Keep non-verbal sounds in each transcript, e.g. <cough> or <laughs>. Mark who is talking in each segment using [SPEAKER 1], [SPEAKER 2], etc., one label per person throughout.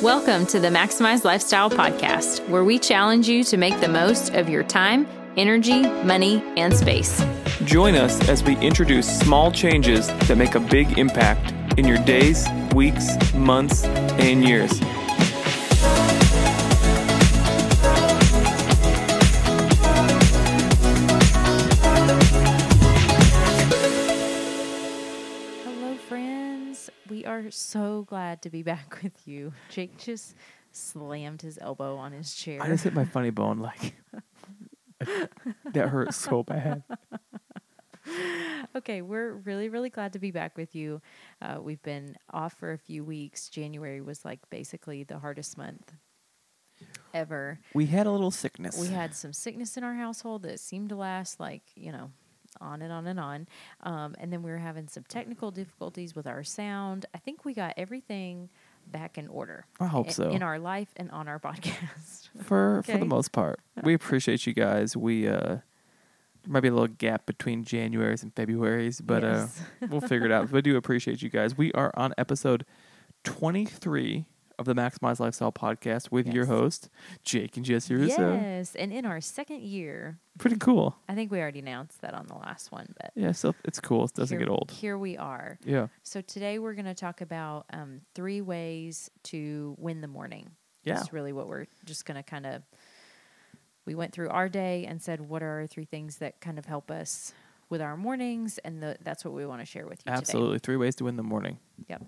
[SPEAKER 1] Welcome to the Maximize Lifestyle Podcast, where we challenge you to make the most of your time, energy, money, and space.
[SPEAKER 2] Join us as we introduce small changes that make a big impact in your days, weeks, months, and years.
[SPEAKER 1] Hello, friends. We are so glad to be <laughs> back with you. Jake just slammed his elbow on his
[SPEAKER 2] I
[SPEAKER 1] chair.
[SPEAKER 2] just hit my funny bone like <laughs> that hurt so bad.
[SPEAKER 1] Okay, we're really, really glad to be back with you. Uh, we've been off for a few weeks. January was like basically the hardest month ever.
[SPEAKER 2] We had a little sickness.
[SPEAKER 1] We had some sickness in our household that seemed to last like, you know, on and on and on. Um, and then we were having some technical difficulties with our sound. I think we got everything back in order.
[SPEAKER 2] I hope
[SPEAKER 1] i-
[SPEAKER 2] so.
[SPEAKER 1] In our life and on our <laughs> podcast.
[SPEAKER 2] for for
[SPEAKER 1] Okay.
[SPEAKER 2] the most part. We appreciate you guys. We uh there might be a little gap between January's and February's, but
[SPEAKER 1] Yes.
[SPEAKER 2] uh we'll figure it out. We do appreciate you guys. We are on episode 23 of the Maximize Lifestyle podcast with your
[SPEAKER 1] Yes.
[SPEAKER 2] host, Jake and Jesse Russo.
[SPEAKER 1] yes. And in our second year,
[SPEAKER 2] Pretty cool.
[SPEAKER 1] I think we already announced that on the last one, but
[SPEAKER 2] Yeah, so it's cool. It doesn't
[SPEAKER 1] here-
[SPEAKER 2] get old.
[SPEAKER 1] Here we are.
[SPEAKER 2] Yeah.
[SPEAKER 1] So today we're going to talk about um, three ways to win the morning.
[SPEAKER 2] Yeah.
[SPEAKER 1] That's really what we're just going to kind of. We went through our day and said, what are our three things that kind of help us with our mornings? And the, that's what we want to share with you
[SPEAKER 2] Absolutely. Three ways to win the morning.
[SPEAKER 1] today. Yep.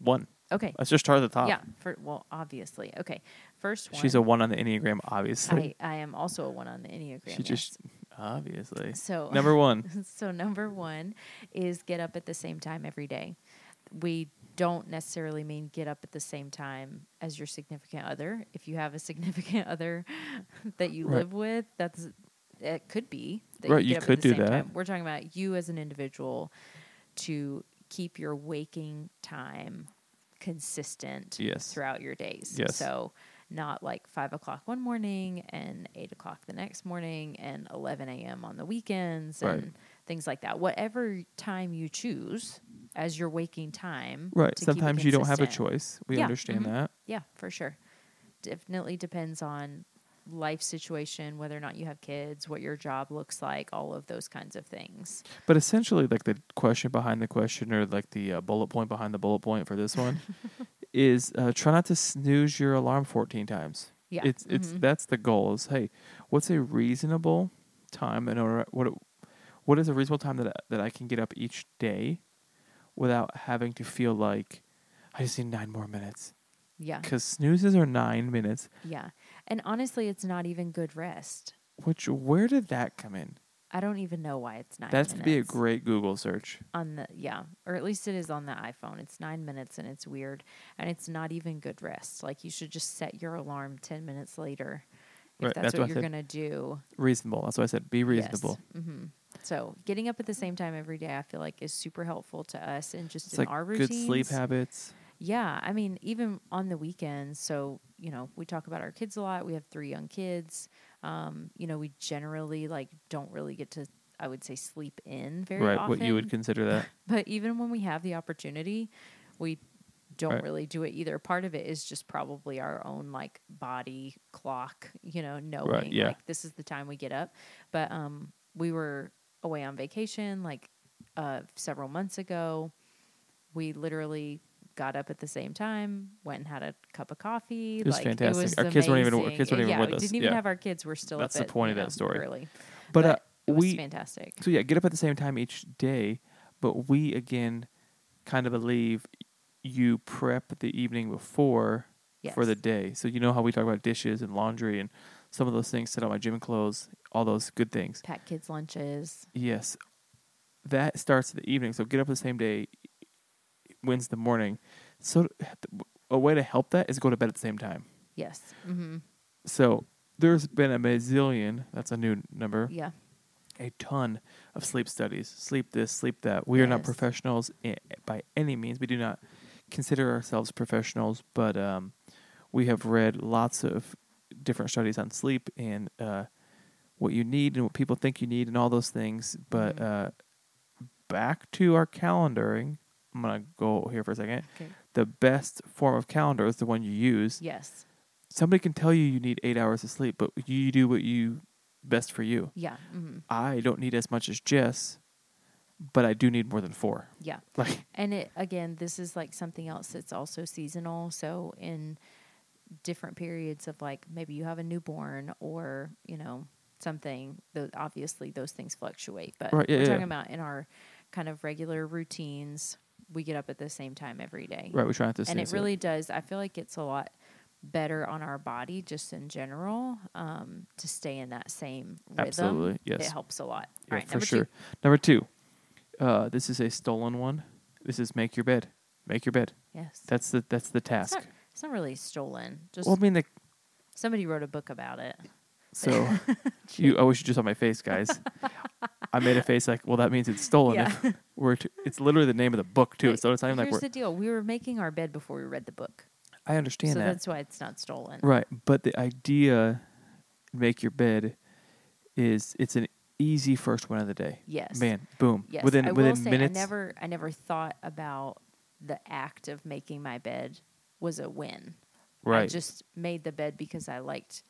[SPEAKER 2] One.
[SPEAKER 1] Okay.
[SPEAKER 2] Let's just start at the top.
[SPEAKER 1] yeah. For, well, obviously. Okay. First one.
[SPEAKER 2] She's a one on the Enneagram, obviously.
[SPEAKER 1] I, I am also a one on the Enneagram.
[SPEAKER 2] she just obviously.
[SPEAKER 1] So-
[SPEAKER 2] number
[SPEAKER 1] <laughs>
[SPEAKER 2] one.
[SPEAKER 1] yes. so, number one is get up at the same time every day. We don't necessarily mean get up at the same time as your significant other. If you have a significant <laughs> other that you
[SPEAKER 2] Right.
[SPEAKER 1] live with, that's it could be that
[SPEAKER 2] Right, you
[SPEAKER 1] get up at
[SPEAKER 2] could
[SPEAKER 1] the
[SPEAKER 2] do
[SPEAKER 1] same
[SPEAKER 2] that.
[SPEAKER 1] time. We're talking about you as an individual to keep your waking time consistent
[SPEAKER 2] Yes.
[SPEAKER 1] throughout your days.
[SPEAKER 2] Yes.
[SPEAKER 1] So not like five o'clock one morning and eight o'clock the next morning and eleven AM on the weekends
[SPEAKER 2] Right.
[SPEAKER 1] and things like that. Whatever time you choose as your waking time.
[SPEAKER 2] Right.
[SPEAKER 1] to keep it
[SPEAKER 2] Sometimes you don't have a
[SPEAKER 1] consistent.
[SPEAKER 2] choice. We
[SPEAKER 1] Yeah,
[SPEAKER 2] understand
[SPEAKER 1] mhm.
[SPEAKER 2] that.
[SPEAKER 1] Yeah, for sure. Definitely depends on life situation, whether or not you have kids, what your job looks like, all of those kinds of things.
[SPEAKER 2] But essentially, like the question behind the question, or like the uh, bullet point behind the bullet point for this
[SPEAKER 1] <laughs>
[SPEAKER 2] one, is uh, try not to snooze your alarm fourteen times.
[SPEAKER 1] Yeah. Mm-hmm.
[SPEAKER 2] it's it's that's the goal. Is hey, what's a reasonable time in order? What what is a reasonable time that I- that I can get up each day without having to feel like I just need nine more minutes?
[SPEAKER 1] Yeah.
[SPEAKER 2] Because snoozes are nine minutes.
[SPEAKER 1] Yeah. And honestly, it's not even good rest.
[SPEAKER 2] Which where did that come in?
[SPEAKER 1] I don't even know why it's nine
[SPEAKER 2] That's
[SPEAKER 1] minutes.
[SPEAKER 2] to be a great Google search.
[SPEAKER 1] on the yeah, or at least it is on the iPhone. It's nine minutes and it's weird, and it's not even good rest. Like you should just set your alarm ten minutes later if
[SPEAKER 2] Right,
[SPEAKER 1] that's,
[SPEAKER 2] that's
[SPEAKER 1] what,
[SPEAKER 2] what I
[SPEAKER 1] you're
[SPEAKER 2] said.
[SPEAKER 1] gonna do.
[SPEAKER 2] Reasonable. That's why I said be reasonable.
[SPEAKER 1] hmm So getting up at the same time every day, I feel like, is super helpful to us and just
[SPEAKER 2] It's
[SPEAKER 1] in
[SPEAKER 2] like
[SPEAKER 1] our routines.
[SPEAKER 2] good sleep habits.
[SPEAKER 1] Yeah, I mean, even on the weekends. So you know, we talk about our kids a lot. We have three young kids. Um, you know, we generally like don't really get to, I would say, sleep in very
[SPEAKER 2] right,
[SPEAKER 1] often.
[SPEAKER 2] what you would consider
[SPEAKER 1] <laughs>
[SPEAKER 2] that.
[SPEAKER 1] But even when we have the opportunity, we don't
[SPEAKER 2] Right.
[SPEAKER 1] really do it either. Part of it is just probably our own like body clock, you know, knowing
[SPEAKER 2] yeah.
[SPEAKER 1] like this is the time we get up. But um we were away on vacation like uh several months ago. We literally got up at the same time, went and had a cup of coffee.
[SPEAKER 2] It was
[SPEAKER 1] like,
[SPEAKER 2] fantastic.
[SPEAKER 1] It was
[SPEAKER 2] Our kids weren't even- our
[SPEAKER 1] amazing.
[SPEAKER 2] kids weren't
[SPEAKER 1] And
[SPEAKER 2] even
[SPEAKER 1] yeah,
[SPEAKER 2] with
[SPEAKER 1] we
[SPEAKER 2] us.
[SPEAKER 1] Didn't even
[SPEAKER 2] Yeah.
[SPEAKER 1] have our kids. We're still
[SPEAKER 2] That's
[SPEAKER 1] up
[SPEAKER 2] the
[SPEAKER 1] at,
[SPEAKER 2] point
[SPEAKER 1] you
[SPEAKER 2] of that
[SPEAKER 1] know,
[SPEAKER 2] story.
[SPEAKER 1] Early,
[SPEAKER 2] But,
[SPEAKER 1] But
[SPEAKER 2] uh,
[SPEAKER 1] it was
[SPEAKER 2] we
[SPEAKER 1] fantastic.
[SPEAKER 2] so yeah, get up at the same time each day, but we again kind of believe you prep the evening before for
[SPEAKER 1] Yes.
[SPEAKER 2] the day. So you know how we talk about dishes and laundry and some of those things, set out my gym clothes, all those good things.
[SPEAKER 1] Pack kids lunches.
[SPEAKER 2] Yes. That starts the evening. So get up the same day wins the morning. So a way to help that is go to bed at the same time.
[SPEAKER 1] Yes. hmm
[SPEAKER 2] So there's been a bazillion, that's a new number,
[SPEAKER 1] Yeah.
[SPEAKER 2] a ton of sleep studies. Sleep this, sleep that. We are not
[SPEAKER 1] Yes.
[SPEAKER 2] professionals i- by any means. We do not consider ourselves professionals, but um, we have read lots of different studies on sleep and uh, what you need and what people think you need and all those things. But uh, back to our calendaring. I'm going to go here for a second.
[SPEAKER 1] Okay.
[SPEAKER 2] the best form of calendar is the one you use.
[SPEAKER 1] Yes.
[SPEAKER 2] Somebody can tell you you need eight hours of sleep, but you do what you best for you.
[SPEAKER 1] Yeah. mhm.
[SPEAKER 2] I don't need as much as Jess, but I do need more than four. <laughs>
[SPEAKER 1] Yeah.
[SPEAKER 2] Like,
[SPEAKER 1] And it again, this is like something else that's also seasonal. So in different periods of like maybe you have a newborn or you know something. Though obviously those things fluctuate, but
[SPEAKER 2] Right, yeah,
[SPEAKER 1] we're
[SPEAKER 2] yeah,
[SPEAKER 1] talking
[SPEAKER 2] yeah.
[SPEAKER 1] about in our kind of regular routines. We get up at the same time every day,
[SPEAKER 2] right, we try not to.
[SPEAKER 1] and it
[SPEAKER 2] sneeze
[SPEAKER 1] really does. I feel like it's a lot better on our body just in general um, to stay in that same rhythm.
[SPEAKER 2] Absolutely, yes.
[SPEAKER 1] it helps a lot.
[SPEAKER 2] Yeah,
[SPEAKER 1] All right,
[SPEAKER 2] for
[SPEAKER 1] number
[SPEAKER 2] sure.
[SPEAKER 1] two.
[SPEAKER 2] Number two, uh, this is a stolen one. This is make your bed. Make your bed.
[SPEAKER 1] Yes,
[SPEAKER 2] That's the that's the
[SPEAKER 1] it's
[SPEAKER 2] task.
[SPEAKER 1] not, it's not really stolen. Just
[SPEAKER 2] Well, I
[SPEAKER 1] <laughs>
[SPEAKER 2] mean, the,
[SPEAKER 1] Somebody wrote a book about it.
[SPEAKER 2] so you. I wish you just saw my face, guys. I made a face like, well, that means it's stolen.
[SPEAKER 1] Yeah.
[SPEAKER 2] If we're to, it's literally the name of the book too.
[SPEAKER 1] Like,
[SPEAKER 2] so it's not even like
[SPEAKER 1] Here's
[SPEAKER 2] we're.
[SPEAKER 1] the deal: we were making our bed before we read the book,
[SPEAKER 2] I understand
[SPEAKER 1] so
[SPEAKER 2] that.
[SPEAKER 1] that's why it's not stolen.
[SPEAKER 2] Right, but the idea make your bed is it's an easy first one of the day.
[SPEAKER 1] Yes.
[SPEAKER 2] Man, boom.
[SPEAKER 1] Yes.
[SPEAKER 2] Within
[SPEAKER 1] I will
[SPEAKER 2] within
[SPEAKER 1] say,
[SPEAKER 2] minutes.
[SPEAKER 1] I never, I never thought about the act of making my bed was a win. I
[SPEAKER 2] right.
[SPEAKER 1] just made the bed because I liked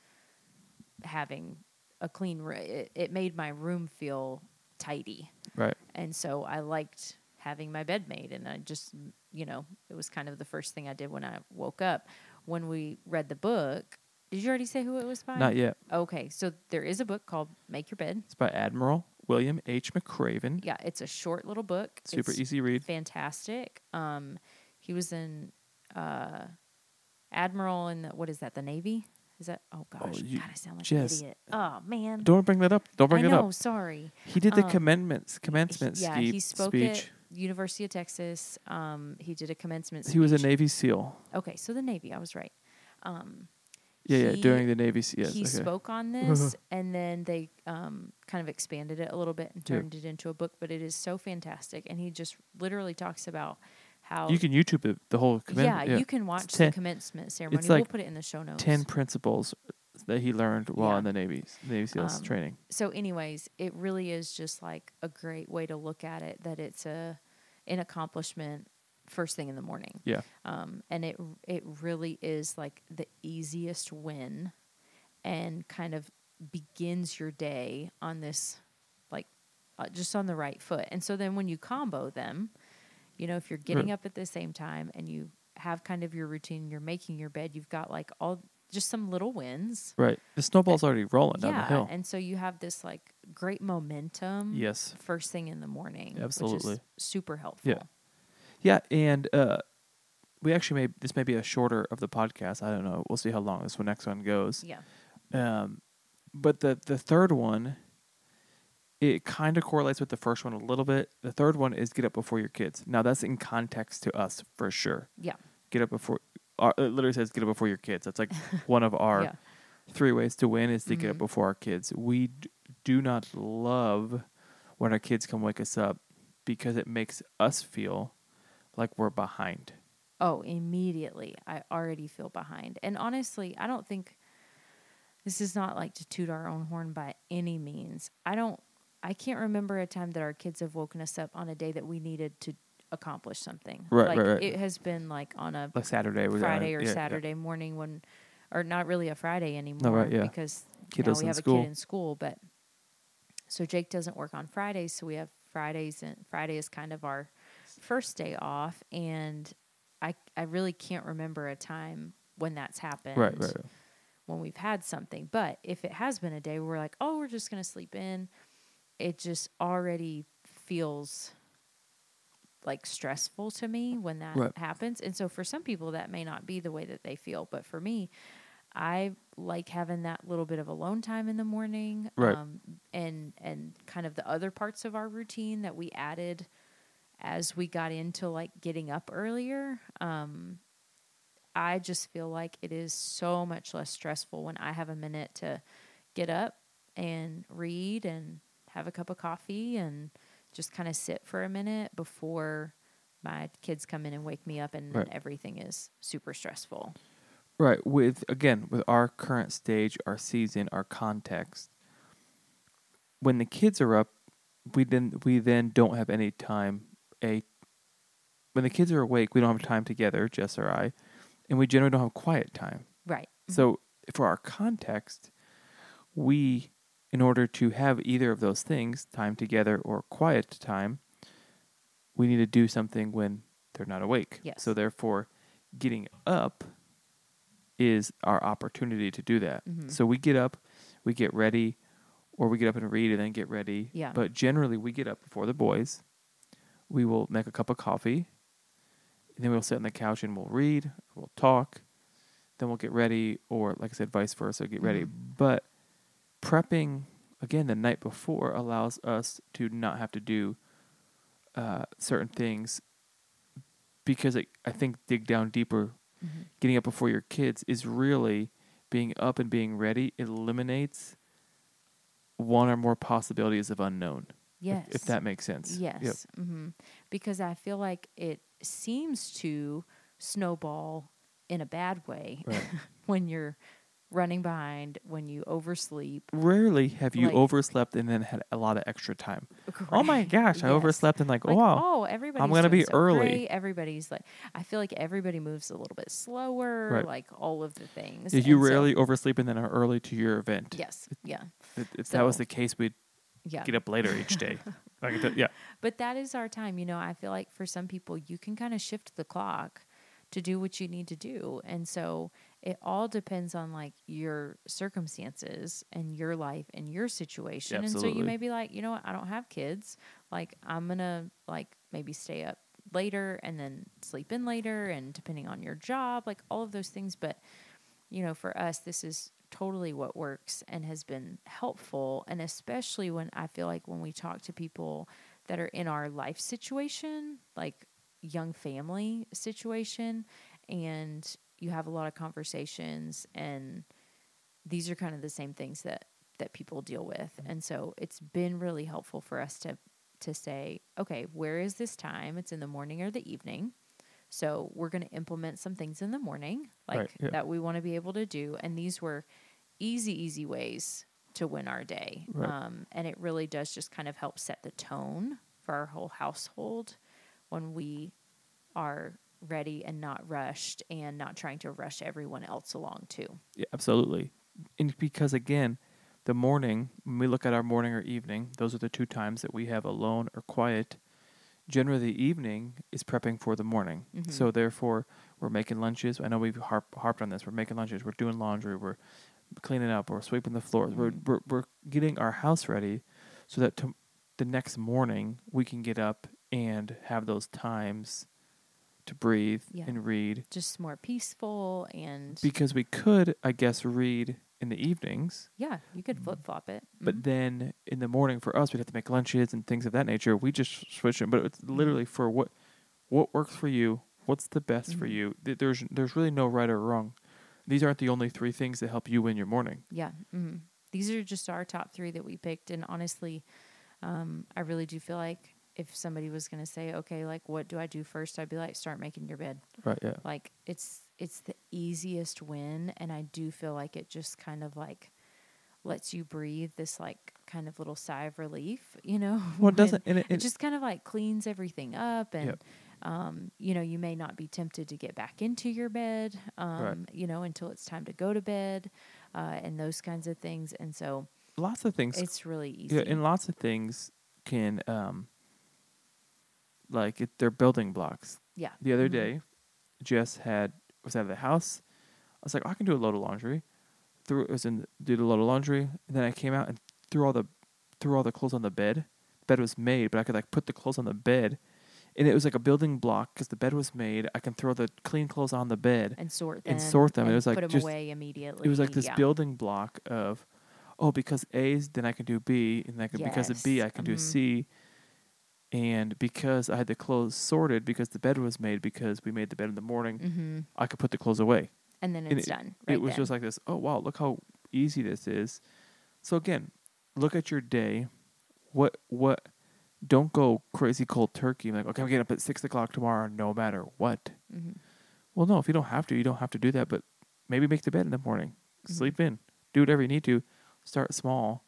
[SPEAKER 1] having a clean room. It, it made my room feel tidy,
[SPEAKER 2] right.
[SPEAKER 1] and so I liked having my bed made. And I just, you know, it was kind of the first thing I did when I woke up. When we read the book, did you already say who it was by?
[SPEAKER 2] Not yet.
[SPEAKER 1] Okay, so there is a book called Make Your Bed.
[SPEAKER 2] It's by Admiral William H. McCraven.
[SPEAKER 1] Yeah, it's a short little book.
[SPEAKER 2] Super
[SPEAKER 1] It's
[SPEAKER 2] easy read.
[SPEAKER 1] Fantastic. Um, he was an uh, admiral in the what is that? The Navy? Is that? Oh gosh,
[SPEAKER 2] you-
[SPEAKER 1] God, I sound like
[SPEAKER 2] Jess,
[SPEAKER 1] an idiot. Oh man,
[SPEAKER 2] Don't bring that up. Don't bring
[SPEAKER 1] I
[SPEAKER 2] it
[SPEAKER 1] know.
[SPEAKER 2] up.
[SPEAKER 1] Sorry.
[SPEAKER 2] He did the
[SPEAKER 1] Um,
[SPEAKER 2] commencements commencement
[SPEAKER 1] He- yeah,
[SPEAKER 2] ski-
[SPEAKER 1] he spoke
[SPEAKER 2] speech.
[SPEAKER 1] at University of Texas. Um, he did a commencement.
[SPEAKER 2] He was a
[SPEAKER 1] speech.
[SPEAKER 2] Navy SEAL.
[SPEAKER 1] Okay, so the Navy. I was right. Um,
[SPEAKER 2] Yeah, yeah,
[SPEAKER 1] He-
[SPEAKER 2] during the Navy SEAL. Yes,
[SPEAKER 1] he
[SPEAKER 2] okay.
[SPEAKER 1] spoke
[SPEAKER 2] <laughs>
[SPEAKER 1] on this and then they um, kind of expanded it a little bit and
[SPEAKER 2] Yeah.
[SPEAKER 1] turned it into a book but it is so fantastic and he just literally talks about how
[SPEAKER 2] You can YouTube it, the whole
[SPEAKER 1] yeah,
[SPEAKER 2] commencement.
[SPEAKER 1] you can watch
[SPEAKER 2] ten-
[SPEAKER 1] the commencement ceremony we'll
[SPEAKER 2] like
[SPEAKER 1] put it in the show notes
[SPEAKER 2] Ten principles that he learned while
[SPEAKER 1] Yeah.
[SPEAKER 2] in the Navy Navy SEALs
[SPEAKER 1] Um,
[SPEAKER 2] training.
[SPEAKER 1] so anyways it really is just like a great way to look at it that it's a an accomplishment first thing in the morning
[SPEAKER 2] Yeah.
[SPEAKER 1] um, and it it really is like the easiest win, and kind of begins your day on this, like, uh, just on the right foot. And so then when you combo them, you know, if you're getting
[SPEAKER 2] Right.
[SPEAKER 1] up at the same time and you have kind of your routine, you're making your bed, you've got like all just some little wins.
[SPEAKER 2] Right. The snowball's already rolling down the
[SPEAKER 1] Eh, Yeah,
[SPEAKER 2] hill.
[SPEAKER 1] and so you have this like great momentum.
[SPEAKER 2] Yes.
[SPEAKER 1] first thing in the morning,
[SPEAKER 2] Absolutely.
[SPEAKER 1] which is super helpful.
[SPEAKER 2] Yeah, and uh, we actually may this may be a shorter of the podcast. I don't know. We'll see how long this one next one goes.
[SPEAKER 1] yeah,
[SPEAKER 2] Um, but the the third one, it kind of correlates with the first one a little bit. The third one is get up before your kids. Now that's in context to us for sure.
[SPEAKER 1] yeah,
[SPEAKER 2] Get up before. Our, it literally says get up before your kids. That's like
[SPEAKER 1] <laughs>
[SPEAKER 2] one of our
[SPEAKER 1] yeah.
[SPEAKER 2] three ways to win is to get up
[SPEAKER 1] Mhm.
[SPEAKER 2] before our kids. We d- do not love when our kids come wake us up because it makes us feel like we're behind.
[SPEAKER 1] Oh, immediately. I already feel behind. And honestly, I don't think this is not like to toot our own horn by any means. I don't, I can't remember a time that our kids have woken us up on a day that we needed to accomplish something.
[SPEAKER 2] Right,
[SPEAKER 1] like
[SPEAKER 2] right, right.
[SPEAKER 1] it has been like on a
[SPEAKER 2] Like Saturday, we got-
[SPEAKER 1] Friday or
[SPEAKER 2] uh, yeah, yeah.
[SPEAKER 1] Saturday morning when, or not really a Friday anymore
[SPEAKER 2] right, yeah.
[SPEAKER 1] because
[SPEAKER 2] Kiddo's
[SPEAKER 1] now
[SPEAKER 2] in
[SPEAKER 1] we have a
[SPEAKER 2] school.
[SPEAKER 1] kid in school. But so Jake doesn't work on Fridays, so we have Fridays and Friday is kind of our first day off, and I I really can't remember a time when that's happened
[SPEAKER 2] Right, right, right.
[SPEAKER 1] when we've had something. But if it has been a day where we're like, oh, we're just gonna sleep in, it just already feels like stressful to me when that
[SPEAKER 2] Right.
[SPEAKER 1] happens. And so for some people that may not be the way that they feel, but for me, I like having that little bit of alone time in the morning.
[SPEAKER 2] Right.
[SPEAKER 1] Um, and and kind of the other parts of our routine that we added as we got into like getting up earlier. Um I just feel like it is so much less stressful when I have a minute to get up and read and have a cup of coffee and just kind of sit for a minute before my kids come in and wake me up and then
[SPEAKER 2] Right.
[SPEAKER 1] everything is super stressful.
[SPEAKER 2] Right. With again, with our current stage, our season, our context. When the kids are up, we then we then don't have any time a when the kids are awake, we don't have time together, Jess or I, and we generally don't have quiet time.
[SPEAKER 1] Right.
[SPEAKER 2] So,
[SPEAKER 1] Mm-hmm.
[SPEAKER 2] for our context, we, in order to have either of those things, time together or quiet time, we need to do something when they're not awake.
[SPEAKER 1] Yes.
[SPEAKER 2] So, therefore, getting up is our opportunity to do that.
[SPEAKER 1] Mhm.
[SPEAKER 2] So, we get up, we get ready, or we get up and read and then get ready.
[SPEAKER 1] Yeah.
[SPEAKER 2] But generally, we get up before the boys. We will make a cup of coffee. And then we'll sit on the couch and we'll read, we'll talk, then we'll get ready, or like I said, vice versa, get ready.
[SPEAKER 1] Mm-hmm.
[SPEAKER 2] But prepping again the night before allows us to not have to do uh, certain things because it, I think dig down deeper,
[SPEAKER 1] Mhm.
[SPEAKER 2] getting up before your kids is really being up and being ready eliminates one or more possibilities of unknown. if-
[SPEAKER 1] Yes.
[SPEAKER 2] If, that makes sense. Yep.
[SPEAKER 1] Yes. hmm Because I feel like it seems to snowball in a bad way <laughs>
[SPEAKER 2] Right.
[SPEAKER 1] when you're running behind, when you oversleep.
[SPEAKER 2] Rarely have you
[SPEAKER 1] Like-
[SPEAKER 2] overslept and then had a lot of extra time.
[SPEAKER 1] <laughs>
[SPEAKER 2] Oh my gosh, I
[SPEAKER 1] Yes.
[SPEAKER 2] overslept and like,
[SPEAKER 1] Like,
[SPEAKER 2] wow.
[SPEAKER 1] oh, everybody's
[SPEAKER 2] gonna
[SPEAKER 1] doing
[SPEAKER 2] be
[SPEAKER 1] so
[SPEAKER 2] early.
[SPEAKER 1] great. Everybody's like, I feel like everybody moves a little bit slower,
[SPEAKER 2] Right.
[SPEAKER 1] like all of the things.
[SPEAKER 2] Yeah, you
[SPEAKER 1] And so-
[SPEAKER 2] rarely oversleep and then are early to your event.
[SPEAKER 1] yes, yeah,
[SPEAKER 2] If, if that was
[SPEAKER 1] So-
[SPEAKER 2] the case, we'd
[SPEAKER 1] yeah.
[SPEAKER 2] get up later each
[SPEAKER 1] <laughs>
[SPEAKER 2] day. like, th- yeah.
[SPEAKER 1] But that is our time. You know, I feel like for some people, you can kind of shift the clock to do what you need to do. And so it all depends on like your circumstances and your life and your situation. and so
[SPEAKER 2] Absolutely.
[SPEAKER 1] you may be like, you know what, I don't have kids. Like, I'm going to like maybe stay up later and then sleep in later. And depending on your job, like all of those things. But you know, for us, this is totally what works and has been helpful. And especially when I feel like when we talk to people that are in our life situation, like young family situation, and you have a lot of conversations and these are kind of the same things that that people deal with.
[SPEAKER 2] Mm-hmm.
[SPEAKER 1] And so it's been really helpful for us to to say, okay, where is this time? It's in the morning or the evening. So we're going to implement some things in the morning like
[SPEAKER 2] Right, yeah.
[SPEAKER 1] that we want to be able to do and these were easy easy ways to win our day.
[SPEAKER 2] Right.
[SPEAKER 1] Um and it really does just kind of help set the tone for our whole household when we are ready and not rushed and not trying to rush everyone else along too.
[SPEAKER 2] Yeah, absolutely. And because again, the morning, when we look at our morning or evening, those are the two times that we have alone or quiet. Generally, the evening is prepping for the morning. So therefore, we're making lunches. I know we've harp, harped on this. We're making lunches. We're doing laundry. We're cleaning up. We're sweeping the floors. We're, we're we're getting our house ready, so that to, the next morning we can get up and have those times to breathe
[SPEAKER 1] Yeah.
[SPEAKER 2] and read
[SPEAKER 1] Just more peaceful and
[SPEAKER 2] because we could, I guess, read in the evenings,
[SPEAKER 1] yeah, you could flip flop it.
[SPEAKER 2] Mm. but then in the morning for us, we'd have to make lunches and things of that nature. We just switch them, but it's literally for what what works for you, what's the best for you. Th- There's there's really no right or wrong. These aren't the only three things that help you in your morning.
[SPEAKER 1] Yeah. mhm. These are just our top three that we picked. And honestly, um, I really do feel like if somebody was going to say, okay, like, what do I do first? I'd be like, start making your bed.
[SPEAKER 2] Right? Yeah.
[SPEAKER 1] Like, it's, it's the easiest win. And I do feel like it just kind of like lets you breathe this like kind of little sigh of relief, you know? <laughs>
[SPEAKER 2] Well, it
[SPEAKER 1] when-
[SPEAKER 2] doesn't. And it,
[SPEAKER 1] it
[SPEAKER 2] it-
[SPEAKER 1] just kind of like cleans everything up and
[SPEAKER 2] Yep.
[SPEAKER 1] um, you know you may not be tempted to get back into your bed um, you know until it's time to go to bed uh, and those kinds of things and so
[SPEAKER 2] lots of things.
[SPEAKER 1] it's really easy
[SPEAKER 2] Yeah, and lots of things can um like it, they're building blocks.
[SPEAKER 1] yeah
[SPEAKER 2] the other
[SPEAKER 1] Mhm.
[SPEAKER 2] day, Jess had was out of the house. I was like, "Oh, I can do a load of laundry. Threw it was in did a load of laundry, and then I came out and threw all the threw all the clothes on the bed. The bed was made, but I could like put the clothes on the bed, and it was like a building block because the bed was made. I can throw the clean clothes on the bed.
[SPEAKER 1] and sort them
[SPEAKER 2] and sort them. It
[SPEAKER 1] and
[SPEAKER 2] was like
[SPEAKER 1] put them
[SPEAKER 2] just-
[SPEAKER 1] away immediately
[SPEAKER 2] It was like this
[SPEAKER 1] yeah.
[SPEAKER 2] building block of, oh, because A's, then I can do B, and I can, because of B,
[SPEAKER 1] Yes.
[SPEAKER 2] I can do
[SPEAKER 1] Mhm.
[SPEAKER 2] C. And because I had the clothes sorted, because the bed was made, because we made the bed in the morning,
[SPEAKER 1] Mhm.
[SPEAKER 2] I could put the clothes away.
[SPEAKER 1] and then
[SPEAKER 2] and
[SPEAKER 1] it's done
[SPEAKER 2] it was just like this. Oh wow, look how easy this is. So again, look at your day. What what? Don't go crazy cold turkey. Like okay, I'm getting up at six o'clock tomorrow, no matter what.
[SPEAKER 1] hmm
[SPEAKER 2] Well, no, if you don't have to, you don't have to do that. But maybe make the bed in the morning,
[SPEAKER 1] Mm-hmm.
[SPEAKER 2] sleep in, do whatever you need to. Start small.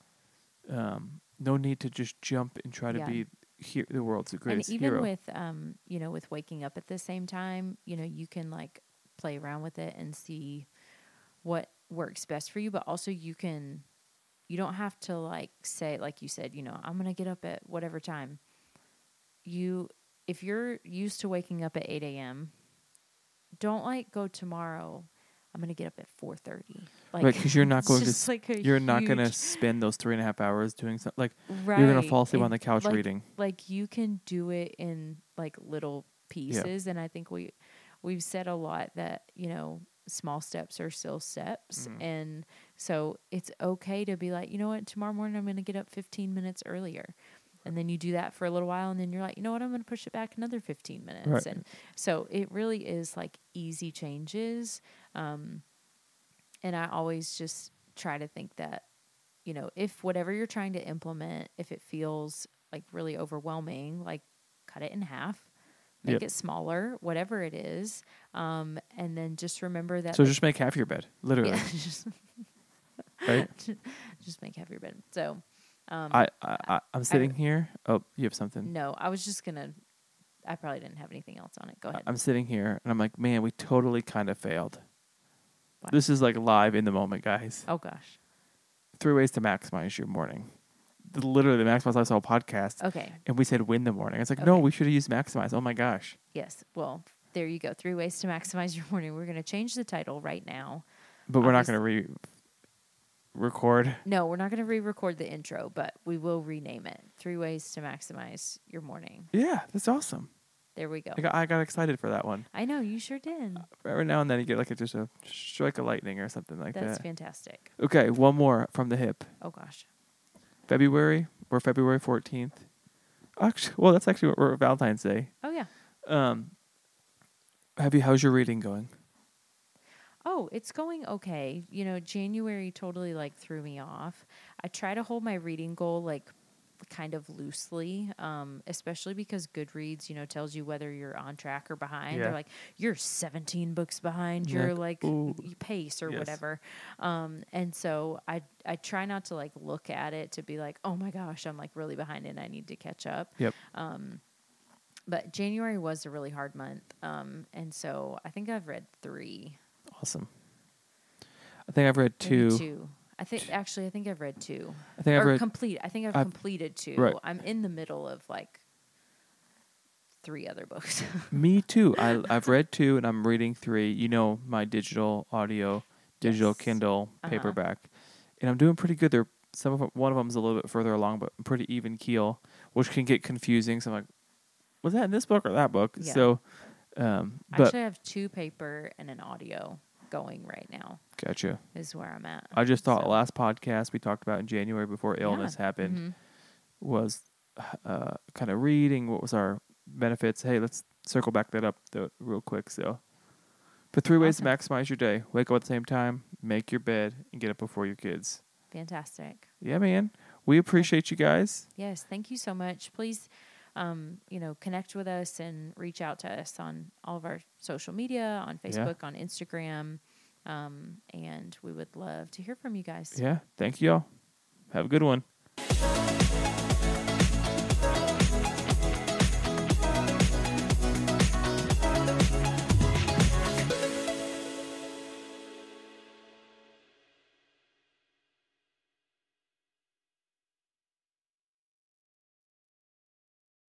[SPEAKER 2] Um, no need to just jump and try to
[SPEAKER 1] Yeah.
[SPEAKER 2] be he- the world's greatest
[SPEAKER 1] and even
[SPEAKER 2] hero.
[SPEAKER 1] with um you know with waking up at the same time you know you can like play around with it and see what works best for you but also you can you don't have to like say like you said you know i'm gonna get up at whatever time you if you're used to waking up at 8 a.m don't like go tomorrow i'm gonna get up at 4.30 like <laughs>
[SPEAKER 2] Like, 'cause you're not
[SPEAKER 1] it's
[SPEAKER 2] going to
[SPEAKER 1] just,
[SPEAKER 2] s-
[SPEAKER 1] like, a
[SPEAKER 2] You're not going to
[SPEAKER 1] huge-
[SPEAKER 2] spend those three and a half hours doing something. Like, you're going to fall asleep on
[SPEAKER 1] and,
[SPEAKER 2] the couch
[SPEAKER 1] like,
[SPEAKER 2] reading.
[SPEAKER 1] like you can do it in like little pieces and i think we we've said a lot that you know small steps are still steps
[SPEAKER 2] Mhm.
[SPEAKER 1] and so it's okay to be like you know what tomorrow morning i'm going to get up 15 minutes earlier and then you do that for a little while and then you're like you know what i'm going to push it back another 15 minutes
[SPEAKER 2] Right.
[SPEAKER 1] and so it really is like easy changes um and i always just try to think that you know, if whatever you're trying to implement, if it feels like really overwhelming, like cut it in half, make
[SPEAKER 2] Yep.
[SPEAKER 1] it smaller, whatever it is. Um, and then just remember that
[SPEAKER 2] So
[SPEAKER 1] the-
[SPEAKER 2] just make half your bed,
[SPEAKER 1] <laughs>
[SPEAKER 2] literally.
[SPEAKER 1] yeah, just, <laughs>
[SPEAKER 2] Right?
[SPEAKER 1] just make half your bed. So um
[SPEAKER 2] I, I, I, I'm sitting here. Oh, you have something.
[SPEAKER 1] no, I was just gonna I probably didn't have anything else on it. Go
[SPEAKER 2] I-
[SPEAKER 1] ahead.
[SPEAKER 2] I'm sitting here and I'm like, man, we totally kind of failed.
[SPEAKER 1] Why?
[SPEAKER 2] This is like live in the moment, guys.
[SPEAKER 1] oh gosh.
[SPEAKER 2] Three ways to maximize your morning. The- Literally, the Maximize Lifestyle podcast.
[SPEAKER 1] Okay.
[SPEAKER 2] And we said win the morning. It's like, no,
[SPEAKER 1] Okay.
[SPEAKER 2] we should have used maximize. Oh my gosh.
[SPEAKER 1] Yes. Well, there you go. Three ways to maximize your morning. We're gonna change the title right now.
[SPEAKER 2] But we're not
[SPEAKER 1] Obvious-
[SPEAKER 2] going to re record.
[SPEAKER 1] No, we're not going to re-record the intro, but we will rename it. Three ways to maximize your morning.
[SPEAKER 2] Yeah, that's awesome.
[SPEAKER 1] There we go.
[SPEAKER 2] I got, I got excited for that one.
[SPEAKER 1] I know you sure did.
[SPEAKER 2] Every now and then you get like a, just a strike of lightning or something like
[SPEAKER 1] That's
[SPEAKER 2] that.
[SPEAKER 1] fantastic.
[SPEAKER 2] okay, one more from the hip.
[SPEAKER 1] Oh gosh.
[SPEAKER 2] February or February 14th. Actually, well, that's actually what we're Valentine's Day.
[SPEAKER 1] Oh yeah.
[SPEAKER 2] Um, have you? How's your reading going?
[SPEAKER 1] Oh, it's going okay. You know, January totally like threw me off. I try to hold my reading goal like kind of loosely, um, especially because Goodreads, you know, tells you whether you're on track or behind.
[SPEAKER 2] Yeah.
[SPEAKER 1] They're like, you're 17 books behind
[SPEAKER 2] You're
[SPEAKER 1] your
[SPEAKER 2] like,
[SPEAKER 1] like,
[SPEAKER 2] "Ooh."
[SPEAKER 1] y- pace or
[SPEAKER 2] Yes.
[SPEAKER 1] whatever. Um, and so I I try not to like look at it to be like, oh my gosh, I'm like really behind and I need to catch up
[SPEAKER 2] Yep.
[SPEAKER 1] but January was a really hard month. Um, and so I think I've read three.
[SPEAKER 2] Awesome. I think I've read
[SPEAKER 1] maybe
[SPEAKER 2] two.
[SPEAKER 1] two. I think actually I think I've read two.
[SPEAKER 2] I think
[SPEAKER 1] or
[SPEAKER 2] I've read.
[SPEAKER 1] complete. I think I've,
[SPEAKER 2] I've-
[SPEAKER 1] completed two.
[SPEAKER 2] right.
[SPEAKER 1] I'm in the middle of like three other books. <laughs>
[SPEAKER 2] me too. I, I've read two, and I'm reading three. You know my digital audio, digital
[SPEAKER 1] Yes.
[SPEAKER 2] Kindle
[SPEAKER 1] Uh-huh.
[SPEAKER 2] paperback, and I'm doing pretty good. There, some of 'em- one of them's a little bit further along, but pretty even keel, which can get confusing. So I'm like, was that in this book or that book?
[SPEAKER 1] Yeah.
[SPEAKER 2] So, um,
[SPEAKER 1] I
[SPEAKER 2] but
[SPEAKER 1] actually have two paper and an audio going right now
[SPEAKER 2] gotcha.
[SPEAKER 1] is where I'm at.
[SPEAKER 2] I just thought
[SPEAKER 1] So-
[SPEAKER 2] last podcast we talked about in January before illness
[SPEAKER 1] Yeah.
[SPEAKER 2] happened
[SPEAKER 1] Mhm.
[SPEAKER 2] was uh, kind of reading what was our benefits. Hey, let's circle back that up though, real quick. So, but three ways to maximize your day: wake up at the same time, make your bed, and get up before your kids.
[SPEAKER 1] Fantastic.
[SPEAKER 2] Yeah, man. We appreciate you guys.
[SPEAKER 1] Yes, thank you so much. Please, um, you know, connect with us and reach out to us on all of our social media, on
[SPEAKER 2] Yeah.
[SPEAKER 1] Facebook, on Instagram, um, and we would love to hear from you guys.
[SPEAKER 2] Yeah, thank you all. Have a good one.